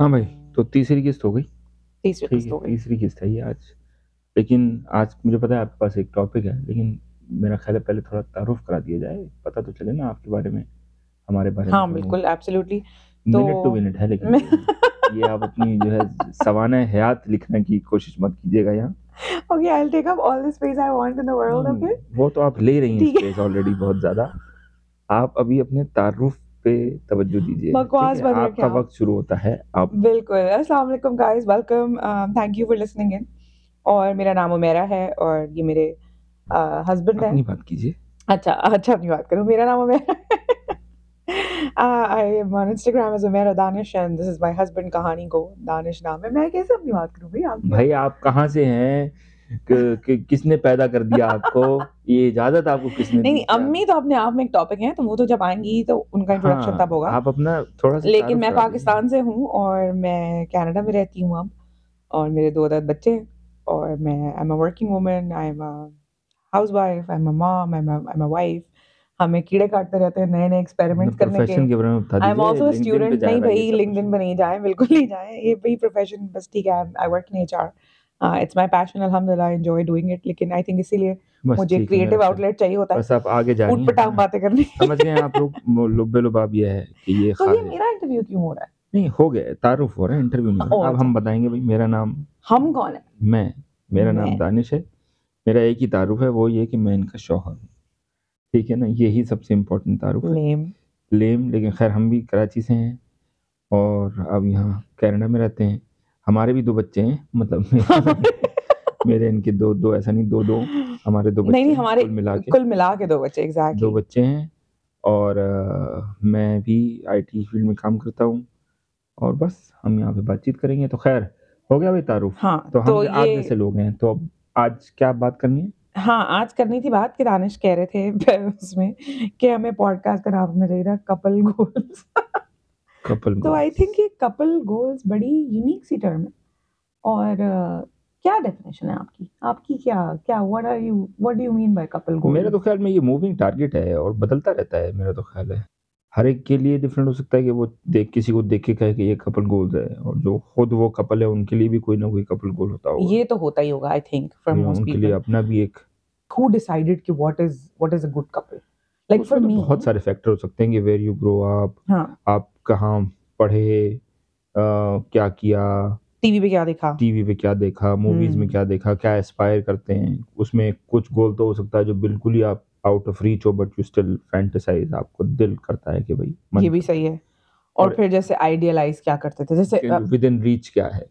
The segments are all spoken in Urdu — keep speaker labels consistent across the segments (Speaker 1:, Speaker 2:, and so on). Speaker 1: ہاں بھائی تو تیسری قسط ہو گئی
Speaker 2: تیسری
Speaker 1: ٹھیک
Speaker 2: قسط ہو
Speaker 1: ہے
Speaker 2: گئی
Speaker 1: تیسری قسط ہے یہ آج لیکن آج مجھے پتا ہے آپ کے پاس ایک ٹاپک ہے لیکن میرا خیال ہے پہلے تھوڑا تعارف کرا دیا جائے پتہ تو چلے نا آپ کے بارے میں ہمارے بارے
Speaker 2: ہاں
Speaker 1: میں
Speaker 2: بالکل ایبسلیوٹلی
Speaker 1: منٹ ٹو
Speaker 2: تو-
Speaker 1: منٹ ہے لیکن یہ آپ اپنی جو ہے سوانح حیات لکھنے کی کوشش مت کیجیے گا یہاں
Speaker 2: okay I take up all the space I want in the world
Speaker 1: Hmm.
Speaker 2: Okay
Speaker 1: وہ تو آپ لے رہی ہیں
Speaker 2: ٹھیک ہے۔
Speaker 1: اسپیس آلریڈی بہت زیادہ آپ ابھی اپنے تعارف پہ توجہ دیجیے
Speaker 2: بکواس بن
Speaker 1: آپ
Speaker 2: رکھے
Speaker 1: کا
Speaker 2: آپ۔
Speaker 1: وقت شروع ہوتا ہے آپ
Speaker 2: بالکل السلام علیکم guys welcome thank you for listening in اور میرا نام عمیرہ ہے اور یہ میرے ہسبینڈ ہیں
Speaker 1: اپنی بات کیجیے
Speaker 2: اچھا اچھا اپنی بات کروں میرا نام عمیرہ آئی am on Instagram is Umaira Danish and this is my husband کہانی کو دانش نام ہے میں کیسے اپنی بات کروں بھائی آپ کی-
Speaker 1: بھائی آپ کہاں سے ہیں کہ- کہ کس نے پیدا کر دیا آپ کو یہ اجازت آپ کو کس نے
Speaker 2: نہیں
Speaker 1: دی ہاں،
Speaker 2: نہیں امی تو اپنے آپ میں ایک ٹاپک ہیں تو وہ تو جب آئیں گی تو ان کا انٹروڈکشن تب ہوگا
Speaker 1: آپ اپنا تھوڑا سا
Speaker 2: لیکن میں پاکستان سے ہوں اور میں کینیڈا میں رہتی ہوں اب اور میرے دو عدد بچے ہیں اور میں I am a working woman I am a housewife I am a mom I am a wife ہمیں کیڑے کاٹتے رہتے ہیں نئے نئے ایکسپیریمنٹ کرنے کے
Speaker 1: پروفیشن کے بارے میں بتا
Speaker 2: آئی ایم آلسو
Speaker 1: دیجیے
Speaker 2: اسٹوڈنٹ نہیں بھائی لنکڈن پہ نہیں جائیں بالکل نہیں جائیں یہ بھائی پروفیشن بس ٹھیک ہے I work in H R it's my passion الحمد للہ انجوائے ڈوئنگ اٹ لیکن آئی تھنک اسی لیے مجھے کریٹو آؤٹ لیٹ چاہیے ہوتا ہے
Speaker 1: اچھا۔ بس آپ آگے جا رہی
Speaker 2: اٹ پٹانگ باتیں کرنے
Speaker 1: سمجھ گئے آپ لوگ لب لباب یہ ہے کہ یہ
Speaker 2: تو یہ
Speaker 1: خارج
Speaker 2: میرا انٹرویو کیوں ہو رہا ہے
Speaker 1: نہیں ہو گئے تعارف ہو رہا ہے انٹرویو نہیں اب ہم بتائیں گے بھائی میرا نام
Speaker 2: ہم کون ہیں
Speaker 1: میں میرا نام دانش ہے میرا ایک ہی تعارف ہے وہ یہ کہ میں ان کا شوہر ہوں ٹھیک ہے نا یہی سب سے امپورٹنٹ تعارف ہے
Speaker 2: نیم
Speaker 1: لیم لیکن خیر ہم بھی کراچی سے ہیں اور اب یہاں کینیڈا میں رہتے ہیں ہمارے بھی دو بچے ہیں مطلب میرے ان کے دو دو ایسا نہیں دو دو ہمارے دو بچے
Speaker 2: نہیں نہیں
Speaker 1: ہیں،
Speaker 2: ہمارے
Speaker 1: کل ملا کے
Speaker 2: کل ملا کے دو بچے
Speaker 1: دو
Speaker 2: ایگزیکٹلی
Speaker 1: بچے ہیں اور آ، میں بھی آئی ٹی فیلڈ میں کام کرتا ہوں اور بس ہم یہاں پہ بات چیت کریں گے تو خیر ہو گیا بھائی تعارف
Speaker 2: ہاں
Speaker 1: تو
Speaker 2: تو
Speaker 1: ہم آج
Speaker 2: یہ
Speaker 1: جیسے لوگ ہیں تو اب آج کیا بات کرنی ہے
Speaker 2: ہاں آج کرنی تھی بات کہ دانش کہہ رہے تھے اس میں کہ ہمیں پوڈ کاسٹ کا نام رہے گا کپل گولز
Speaker 1: کپل
Speaker 2: تو آئی تھنک یہ کپل گولز بڑی یونیک سی ٹرم ہے اور کیا ڈیفینیشن ہے آپ کی آپ کی کیا کیا what are you what do you mean by couple goal
Speaker 1: میرا تو خیال میں یہ موونگ ٹارگیٹ ہے اور بدلتا رہتا ہے میرا تو خیال ہے ہر ایک کے لیے ڈفرینٹ ہو سکتا ہے کہ وہ دیکھ کسی کو دیکھ کے کہے کہ یہ کپل گولز ہے اور جو خود وہ کپل ہے ان کے لیے بھی کوئی نہ کوئی کپل گول ہوتا ہوگا
Speaker 2: یہ تو ہوتا ہی ہوگا آئی تھنک فار
Speaker 1: ہاں،
Speaker 2: موسٹ
Speaker 1: ان کے لیے
Speaker 2: پیپل
Speaker 1: اپنا بھی ایک
Speaker 2: ہو ڈیسائیڈڈ کہ what is what is a good couple like
Speaker 1: as
Speaker 2: for
Speaker 1: میں تو
Speaker 2: می
Speaker 1: بہت سارے فیکٹر ہو سکتے ہیں کہ ویئر یو گرو اپ
Speaker 2: ہاں
Speaker 1: آپ کہاں پڑھے آ، کیا کیا
Speaker 2: ٹی وی پہ کیا دیکھا
Speaker 1: ٹی وی پہ کیا دیکھا موویز
Speaker 2: ہم۔
Speaker 1: میں کیا دیکھا کیا اسپائر کرتے ہیں اس میں کچھ گول تو ہو سکتا ہے جو بالکل ہی آپ آؤٹ آف ریچ ہو بٹ یو اسٹل فینٹیسائز آپ کو دل کرتا ہے کہ بھائی من
Speaker 2: یہ بھی صحیح ہے اور پھر جیسے آئیڈیالائز کیا کرتے تھے جیسے
Speaker 1: ود ان ریچ کیا ہے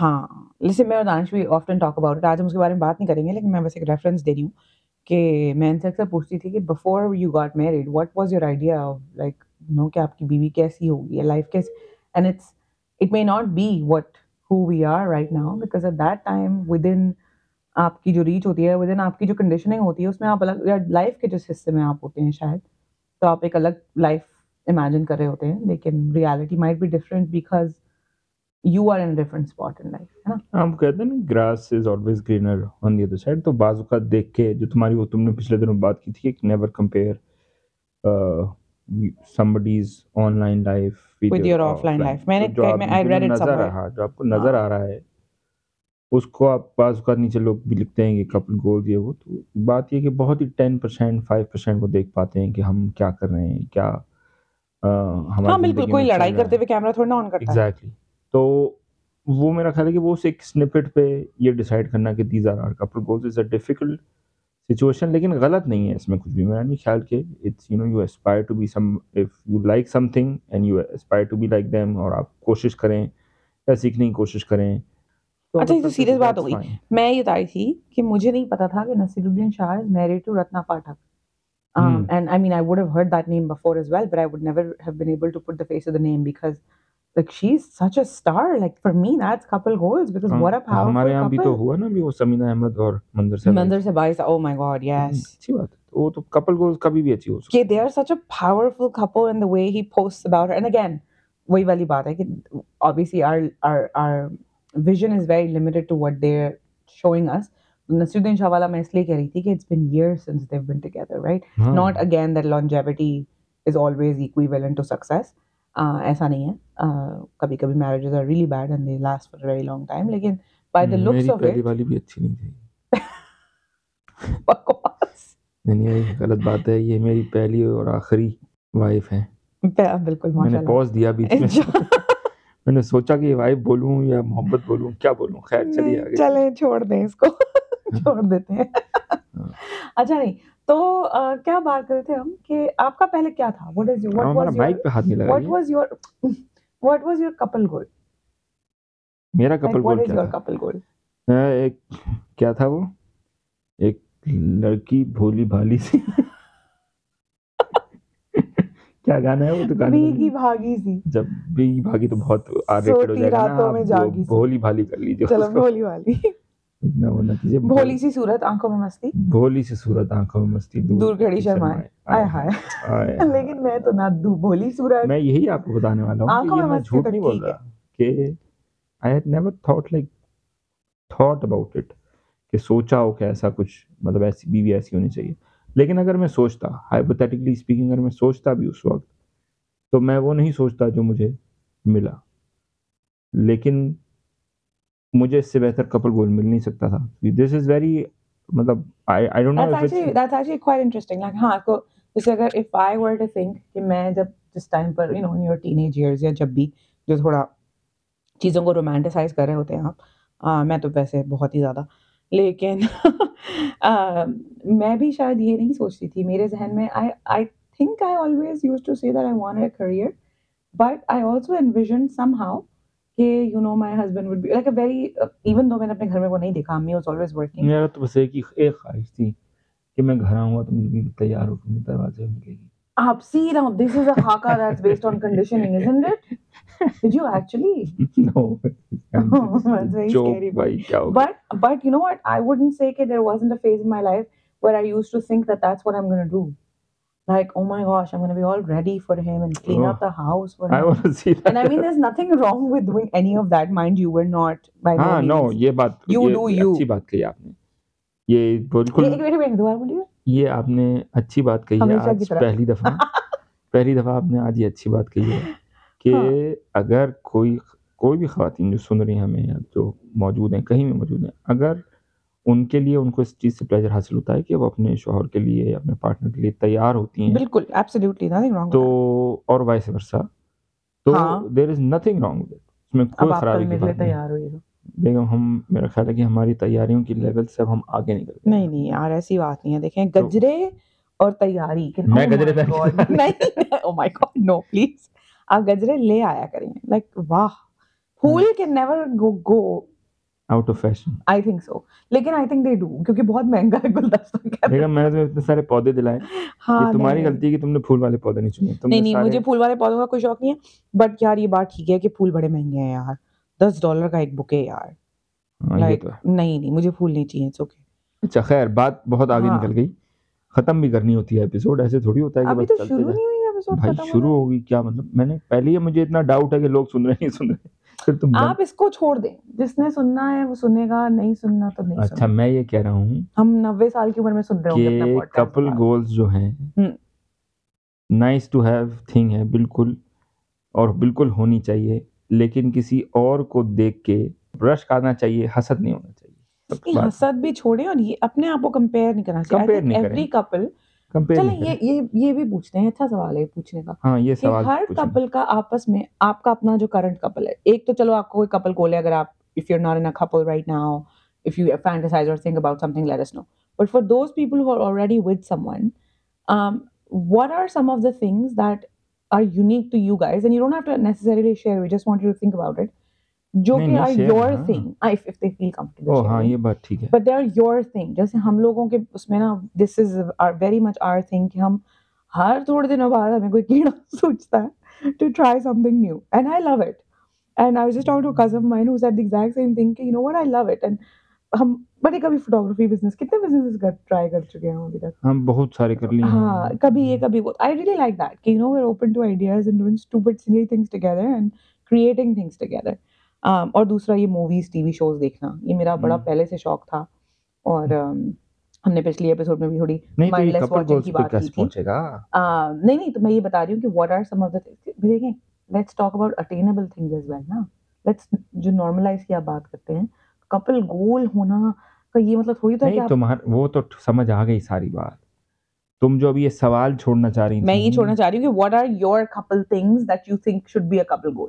Speaker 2: ہاں جیسے میں اور دانش بھی آفٹن ٹاک اباؤٹ آج ہم اس کے بارے میں بات نہیں کریں گے لیکن میں بس ایک ریفرنس دے رہی ہوں کہ میں ان سے اکثر پوچھتی تھی کہ before you got married what was your idea of like know کہ آپ کی بیوی کیسی ہوگی یا لائف کیسی and it's it may not be what who we are right now because at that time with ان آپ کی جو ریچ ہوتی ہے ود ان آپ کی جو کنڈیشننگ ہوتی ہے اس میں آپ الگ یا لائف کے جس حصے میں آپ ہوتے ہیں شاید تو آپ ایک الگ لائف امیجن کر رہے ہوتے ہیں لیکن reality might be different because you are in different spot in life ہے نا
Speaker 1: ہم کہتے ہیں نا grass is always greener on the other side تو بعض اوقات دیکھ کے جو تمہاری وہ تم نے پچھلے دنوں بات کی تھی کہ never compare somebody's online life
Speaker 2: With your offline life. میں نے کہ- میں- I read it
Speaker 1: نظر
Speaker 2: somewhere.
Speaker 1: رہا جو آپ کو نظر آ رہا ہے اس کو آپ بعض اوقات نیچے لوگ بھی لکھتے ہیں کہ کپل گول یہ وہ تو بات یہ کہ بہت ہی ٹین پرسینٹ فائیو پرسینٹ کو دیکھ پاتے ہیں کہ ہم کیا کر رہے ہیں کیا ہمارے
Speaker 2: ہاں بالکل
Speaker 1: اچھا
Speaker 2: کوئی لڑائی کرتے ہوئے کیمرہ تھوڑا آن کرتا ہے
Speaker 1: ایگزیکٹلی تو وہ میرا خیال ہے کہ وہ اس ایک سنپٹ پہ یہ ڈیسائیڈ کرنا کہ these are are couple goals is a difficult situation لیکن غلط نہیں ہے اس میں کچھ بھی میرا نہیں خیال کہ it's you know you aspire to be some of you like something and you aspire to be like them اور آپ کوشش کریں یا سیکھنے کی کوشش کریں تو
Speaker 2: اچھا، یہ تو
Speaker 1: مطلب
Speaker 2: serious بات ہو
Speaker 1: that's
Speaker 2: گئی۔
Speaker 1: fine.
Speaker 2: میں یہ بتا رہی تھی کہ مجھے نہیں پتا تھا کہ Naseeruddin Shah is married to Ratna Pathak
Speaker 1: Hmm.
Speaker 2: And I mean I would have heard that name before as well but I would never have been able to put the face of the name because like she is such a star like for me that's couple goals because
Speaker 1: ہاں،
Speaker 2: واٹ اے
Speaker 1: ہمارے یہاں
Speaker 2: پاورفل
Speaker 1: بھی تو
Speaker 2: کپل
Speaker 1: ہوا نا بھی وہ سمینہ احمد اور منظر سے
Speaker 2: منظر سے Oh باعث او مائی گاڈ یس
Speaker 1: اچھی بات ہے تو وہ تو کپل گولز کبھی بھی اچھی ہو سکتی
Speaker 2: کہ they are such a powerful couple in the way he post about and again وہی والی بات ہے کہ obviously are are are vision is very limited to what they are showing us Naseeruddin Shah والا میں اس لیے کہہ رہی تھی کہ it's been year since they've been together right
Speaker 1: ہے ہاں۔
Speaker 2: Not again that longevity is always equivalent to success ایسا نہیں ہے کبھی کبھی marriages are really bad and they last for very long time لیکن بائی دا لکس
Speaker 1: میری
Speaker 2: آف
Speaker 1: پہلی والی بھی اچھی نہیں تھی نہیں یہ غلط بات ہے یہ میری پہلی اور آخری وائف ہے
Speaker 2: بالکل
Speaker 1: میں نے
Speaker 2: ماشاء
Speaker 1: پوز دیا بیچ میں
Speaker 2: اللہ
Speaker 1: میں نے سوچا کہ وائف بولوں یا محبت بولوں کیا بولوں خیر چلیے آگے
Speaker 2: چلیں چھوڑ دیں اس کو
Speaker 1: ہاں۔
Speaker 2: چھوڑ دیتے ہیں اچھا نہیں تو کیا بات کرتے ہم کہ آپ کا پہلے کیا تھا واٹ از
Speaker 1: ہم ہاں،
Speaker 2: واٹ
Speaker 1: ہمارا
Speaker 2: واز یور
Speaker 1: مائک پہ ہاتھ نہیں
Speaker 2: واٹ
Speaker 1: لگا
Speaker 2: was your what was your couple goal
Speaker 1: میرا کپل
Speaker 2: واٹ
Speaker 1: گول کیا
Speaker 2: از یور
Speaker 1: تھا
Speaker 2: کپل گول
Speaker 1: ہاں، ایک کیا تھا وہ ایک لڑکی بھولی بھالی سی کیا گانا ہے وہ تو گانے میں
Speaker 2: بھیگی
Speaker 1: نہیں۔
Speaker 2: بھاگی سی
Speaker 1: جب بھی بھاگی تو بہت آر ریٹڈ ہو
Speaker 2: سوتی
Speaker 1: جائے گا
Speaker 2: راتوں
Speaker 1: نا
Speaker 2: میں
Speaker 1: آپ
Speaker 2: جاگی
Speaker 1: وہ
Speaker 2: سی۔
Speaker 1: بھولی بھالی کر لیجیے
Speaker 2: چلو
Speaker 1: اس کو۔
Speaker 2: بھولی والی
Speaker 1: اتنا وہ نہ کیجیے
Speaker 2: بھولی سی صورت آنکھوں میں مستی
Speaker 1: بھولی سی صورت آنکھوں میں مستی
Speaker 2: دور گھڑی
Speaker 1: کی
Speaker 2: شرمائے۔ آئے ہائے
Speaker 1: آئے ہائے۔
Speaker 2: لیکن میں تو نہ دو بھولی صورت
Speaker 1: میں یہی آپ کو بتانے والا ہوں
Speaker 2: آنکھوں
Speaker 1: کہ یہ
Speaker 2: میں
Speaker 1: میں
Speaker 2: مستی
Speaker 1: جھوٹ
Speaker 2: تک
Speaker 1: نہیں بول
Speaker 2: ٹھیک ہے۔
Speaker 1: رہا کہ I had never thought like thought about it کہ سوچا ہو کہ ایسا کچھ مطلب ایسی بیوی ایسی ہونی چاہیے لیکن اگر میں سوچتا ہائپوتھیٹکلی اسپیکنگ اگر میں سوچتا بھی اس وقت تو میں وہ نہیں سوچتا جو مجھے ملا لیکن مجھے اس سے بہتر کپل گول مل نہیں سکتا تھا دس از ویری مطلب I- I don't know if it's-
Speaker 2: ہاں تو جیسے اگر if I were to think کہ میں جب جس ٹائم پر you know in your teenage years یا جب بھی جو تھوڑا چیزوں کو رومانٹیسائز کر رہے ہوتے ہیں آپ آ، میں تو ویسے بہت ہی زیادہ لیکن آ، میں بھی شاید یہ نہیں سوچتی تھی میرے ذہن میں آئی I think I always used to see that I want a career but I also envision somehow کہ you know my husband would be like a very even دو میں نے اپنے گھر میں وہ نہیں دیکھا امی واز آلویز ورکنگ
Speaker 1: میرا تو بس ایک ہی ایک خواہش تھی کہ میں گھر آؤں گا تو مجھے بیوی تیار ہو کے مجھے دروازے پہ ملے گی
Speaker 2: آپ سی رہا دس از اے ہاکا that's based on conditioning isn't it did you actually
Speaker 1: No, I'm
Speaker 2: Oh,
Speaker 1: just-
Speaker 2: that's very
Speaker 1: joke,
Speaker 2: scary,
Speaker 1: bhai, kya ho
Speaker 2: but but you know what i wouldn't say that there wasn't a phase in my life where i used to think that that's what i'm going to do like oh my gosh i'm going to be all ready for him and clean up the house for
Speaker 1: gaya? I
Speaker 2: him
Speaker 1: want to see that.
Speaker 2: and Oh. i mean there's nothing wrong with doing any of that mind you we're not by Ah, no
Speaker 1: ہاں نو
Speaker 2: means
Speaker 1: یہ بات
Speaker 2: You
Speaker 1: یہ
Speaker 2: do you.
Speaker 1: اچھی بات کہی آپ نے یہ بالکل
Speaker 2: ایک منٹ ایک دوبارہ بولیے
Speaker 1: یہ آپ نے اچھی بات کہی ہے
Speaker 2: ہمیشہ کی
Speaker 1: آج
Speaker 2: طرح۔
Speaker 1: پہلی دفعہ پہلی دفعہ آپ نے آج یہ اچھی بات کہی ہے
Speaker 2: ہاں۔
Speaker 1: کہ اگر کوئی کوئی بھی خواتین جو سن رہی ہیں ہمیں یا جو موجود ہیں کہیں بھی موجود ہیں اگر ان کے لیے ان کو اس چیز سے پلیزر حاصل ہوتا ہے کہ وہ اپنے شوہر کے لیے اپنے پارٹنر کے لیے تیار ہوتی ہیں
Speaker 2: بالکل absolutely nothing wrong
Speaker 1: تو
Speaker 2: with
Speaker 1: اور وائس ورسا تو
Speaker 2: ہاں۔
Speaker 1: There is nothing wrong with اس میں
Speaker 2: that اب
Speaker 1: کوئی
Speaker 2: آپ
Speaker 1: خرابی
Speaker 2: کرنے
Speaker 1: کی
Speaker 2: کے لیے
Speaker 1: بات نہیں
Speaker 2: تیار ہوئیے
Speaker 1: بیگم ہم میرا خیال ہے کہ ہماری تیاریوں کی لیول سے اب ہم آگے نکل گئے
Speaker 2: نہیں نہیں یار ایسی بات نہیں ہے دیکھیں گجرے اور تیاری کہ-
Speaker 1: میں
Speaker 2: Oh
Speaker 1: گجرے پہن
Speaker 2: my
Speaker 1: کے
Speaker 2: God،
Speaker 1: جا رہا
Speaker 2: نہیں oh oh my God no please آپ گجرے لے آیا کریں لائک واہ پھول
Speaker 1: ہاں۔
Speaker 2: Can never go
Speaker 1: out of fashion
Speaker 2: I think so لیکن آئی تھنک دے ڈو کیونکہ بہت مہنگا ہے گلدستہ کا۔
Speaker 1: بیگم میں نے تمہیں اتنے سارے پودے دلائے
Speaker 2: ہاں
Speaker 1: یہ تمہاری
Speaker 2: نہیں۔
Speaker 1: غلطی ہے کہ تم نے پھول والے پودے نہیں چنے تم
Speaker 2: نہیں
Speaker 1: نے
Speaker 2: نہیں مجھے
Speaker 1: سارے
Speaker 2: پھول والے پودوں کا کوئی شوق نہیں ہے بٹ یار یہ بات ٹھیک ہے کہ پھول بڑے مہنگے ہیں یار دس ڈالر کا ایک بکے یار
Speaker 1: ہاں، یہ
Speaker 2: لائک
Speaker 1: تو ہے۔
Speaker 2: نہیں نہیں مجھے پھول نہیں چاہیے it's okay۔
Speaker 1: اچھا خیر بات بہت آگے
Speaker 2: ہاں۔
Speaker 1: نکل گئی ختم بھی کرنی ہوتی ہے ایپیسوڈ ایسے تھوڑی ہوتا ہے کہ
Speaker 2: ابھی
Speaker 1: بس
Speaker 2: تو
Speaker 1: چلتے
Speaker 2: شروع
Speaker 1: جائیں
Speaker 2: نہیں ہوئی episode
Speaker 1: بھائی
Speaker 2: ختم ہونے
Speaker 1: شروع ہوگی کیا مطلب میں نے پہلے ہی مجھے اتنا ڈاؤٹ ہے کہ لوگ سن رہے ہیں نہیں سن رہے پھر تم بند-
Speaker 2: آپ اس کو چھوڑ دیں جس نے سننا ہے وہ سنے گا نہیں سننا تو نہیں
Speaker 1: اچھا
Speaker 2: سننا
Speaker 1: میں یہ کہہ رہا ہوں
Speaker 2: ہم نوے سال کی عمر میں سن رہے ہوں گے
Speaker 1: کہ
Speaker 2: اپنا
Speaker 1: کپل
Speaker 2: پوڈکاسٹ
Speaker 1: گولز جو ہیں
Speaker 2: ہوں۔
Speaker 1: نائس ٹو ہیو تھنگ ہے بالکل اور بالکل ہونی چاہیے لیکن کسی اور کو دیکھ کے برش کرنا چاہیے حسد نہیں ہونا چاہیے سب سے
Speaker 2: نہیں،
Speaker 1: بات
Speaker 2: حسد بھی چھوڑیں اور یہ اپنے آپ کو کمپیئر نہیں کرنا
Speaker 1: Compare
Speaker 2: چاہیے
Speaker 1: نہیں
Speaker 2: ایوری
Speaker 1: کریں۔
Speaker 2: کپل
Speaker 1: compare
Speaker 2: چلیں
Speaker 1: نہیں
Speaker 2: یہ
Speaker 1: کریں۔
Speaker 2: یہ یہ بھی پوچھتے ہیں اچھا سوال ہے پوچھنے کا
Speaker 1: ہاں یہ
Speaker 2: کہ
Speaker 1: سوال
Speaker 2: ہر
Speaker 1: پوچھیں۔
Speaker 2: کپل کا آپس میں آپ کا اپنا جو کرنٹ کپل ہے ایک تو چلو آپ کو کوئی کپل کول ہے اگر آپ if you not in couple right now if you fantasize اور think about something let us know but for those people who are already with someone um, what are some of the things that are unique to you guys and you don't have to necessarily share we just want you to think about it جو
Speaker 1: نہیں،
Speaker 2: کہ
Speaker 1: نہیں،
Speaker 2: are
Speaker 1: share
Speaker 2: your
Speaker 1: ہاں۔
Speaker 2: thing ah, if, if they feel comfortable
Speaker 1: او ہاں
Speaker 2: sharing.
Speaker 1: یہ بات ٹھیک ہے
Speaker 2: but they are your thing جیسے ہم لوگوں کے اس میں نا this is our very much our thing کہ ہم ہر تھوڑے دنوں بعد ہمیں کوئی کیڑا سوچتا ہے to try something new and I love it and I was just talking to a cousin of mine who said the exact same thing کہ you know what I love it and ہم بڑے کبھی فوٹوگرافی بزنس کتنے بزنس ٹرائی کر چکے ہیں ہم ابھی تک
Speaker 1: ہم بہت سارے کر لیے
Speaker 2: ہاں
Speaker 1: ہیں
Speaker 2: کبھی یہ کبھی وہ آئی ریلی لائک دیٹ کہ you know we're open to ideas and doing stupid silly things together and creating things together Um, اور دوسرا یہ موویز ٹی وی شوز دیکھنا یہ میرا بڑا
Speaker 1: Hmm.
Speaker 2: پہلے سے شوق تھا اور um, ہم نے پچھلی ایپیسوڈ میں بھی تھوڑی
Speaker 1: نہیں تو یہ
Speaker 2: mindless
Speaker 1: کپل
Speaker 2: watching
Speaker 1: گولز
Speaker 2: کی
Speaker 1: پہ
Speaker 2: بات کی
Speaker 1: کیسے
Speaker 2: تھی۔
Speaker 1: پہنچے گا
Speaker 2: uh, نہیں نہیں تو میں یہ بتا رہی ہوں کہ what are some of the دیکھیں let's talk about attainable things as well نا لیٹس جو نارملائز کی آپ بات کرتے ہیں کپل گول ہونا کا یہ مطلب تھوڑی تھا کہ
Speaker 1: نہیں
Speaker 2: آپ
Speaker 1: تمہارا وہ تو سمجھ آ گئی ساری بات تم جو ابھی یہ سوال چھوڑنا چاہ رہی
Speaker 2: میں یہ
Speaker 1: تھیں-
Speaker 2: چھوڑنا چاہ رہی ہوں کہ what are your couple things that you think should be a couple goal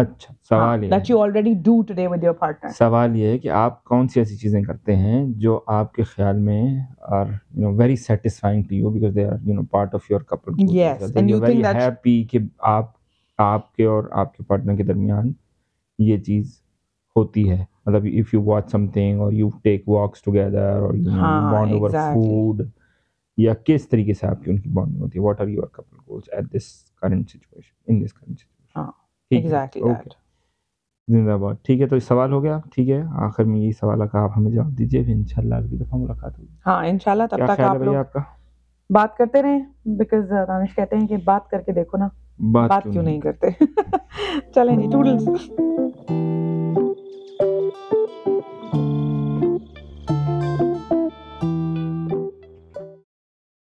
Speaker 1: اچھا
Speaker 2: ہاں،
Speaker 1: سوال یہ
Speaker 2: that you already do today with your
Speaker 1: ہے-
Speaker 2: پارٹنر
Speaker 1: سوال یہ ہے کہ آپ کون سی ایسی چیزیں کرتے ہیں جو آپ کے خیال میں are you know very satisfying to you because they are you know part of your couple
Speaker 2: Yes, and you
Speaker 1: very
Speaker 2: think that-
Speaker 1: happy کہ آپ آپ کے اور آپ کے پارٹنر کے درمیان یہ چیز ہوتی ہے مطلب if you watch something اور یو ٹیک واکس ٹوگیدر اور یو
Speaker 2: ہاں،
Speaker 1: بانڈ اوور
Speaker 2: exactly.
Speaker 1: فوڈ یا کس طریقے سے آپ کی ان کی بانڈنگ ہوتی ہے what are your couple goals at this current situation in this current
Speaker 2: ہاں،
Speaker 1: سچویشن
Speaker 2: ایگزیکٹلی دیٹ
Speaker 1: زندہ آباد ٹھیک ہے تو یہ سوال ہو گیا ٹھیک ہے آخر میں یہی سوال ہے کہ آپ ہمیں جواب دیجیے پھر انشاءاللہ اگلی دفعہ ملاقات ہوگی
Speaker 2: ہاں انشاءاللہ تب
Speaker 1: کیا
Speaker 2: تک
Speaker 1: خیال
Speaker 2: آپ
Speaker 1: ہے
Speaker 2: لوگ
Speaker 1: بھیا آپ کا
Speaker 2: بات کرتے رہیں بیکاز دانش کہتے ہیں کہ بات کر کے دیکھو نا
Speaker 1: بات ہاں۔
Speaker 2: بات کیوں نہیں کرتے چلیں جی ٹوڈلز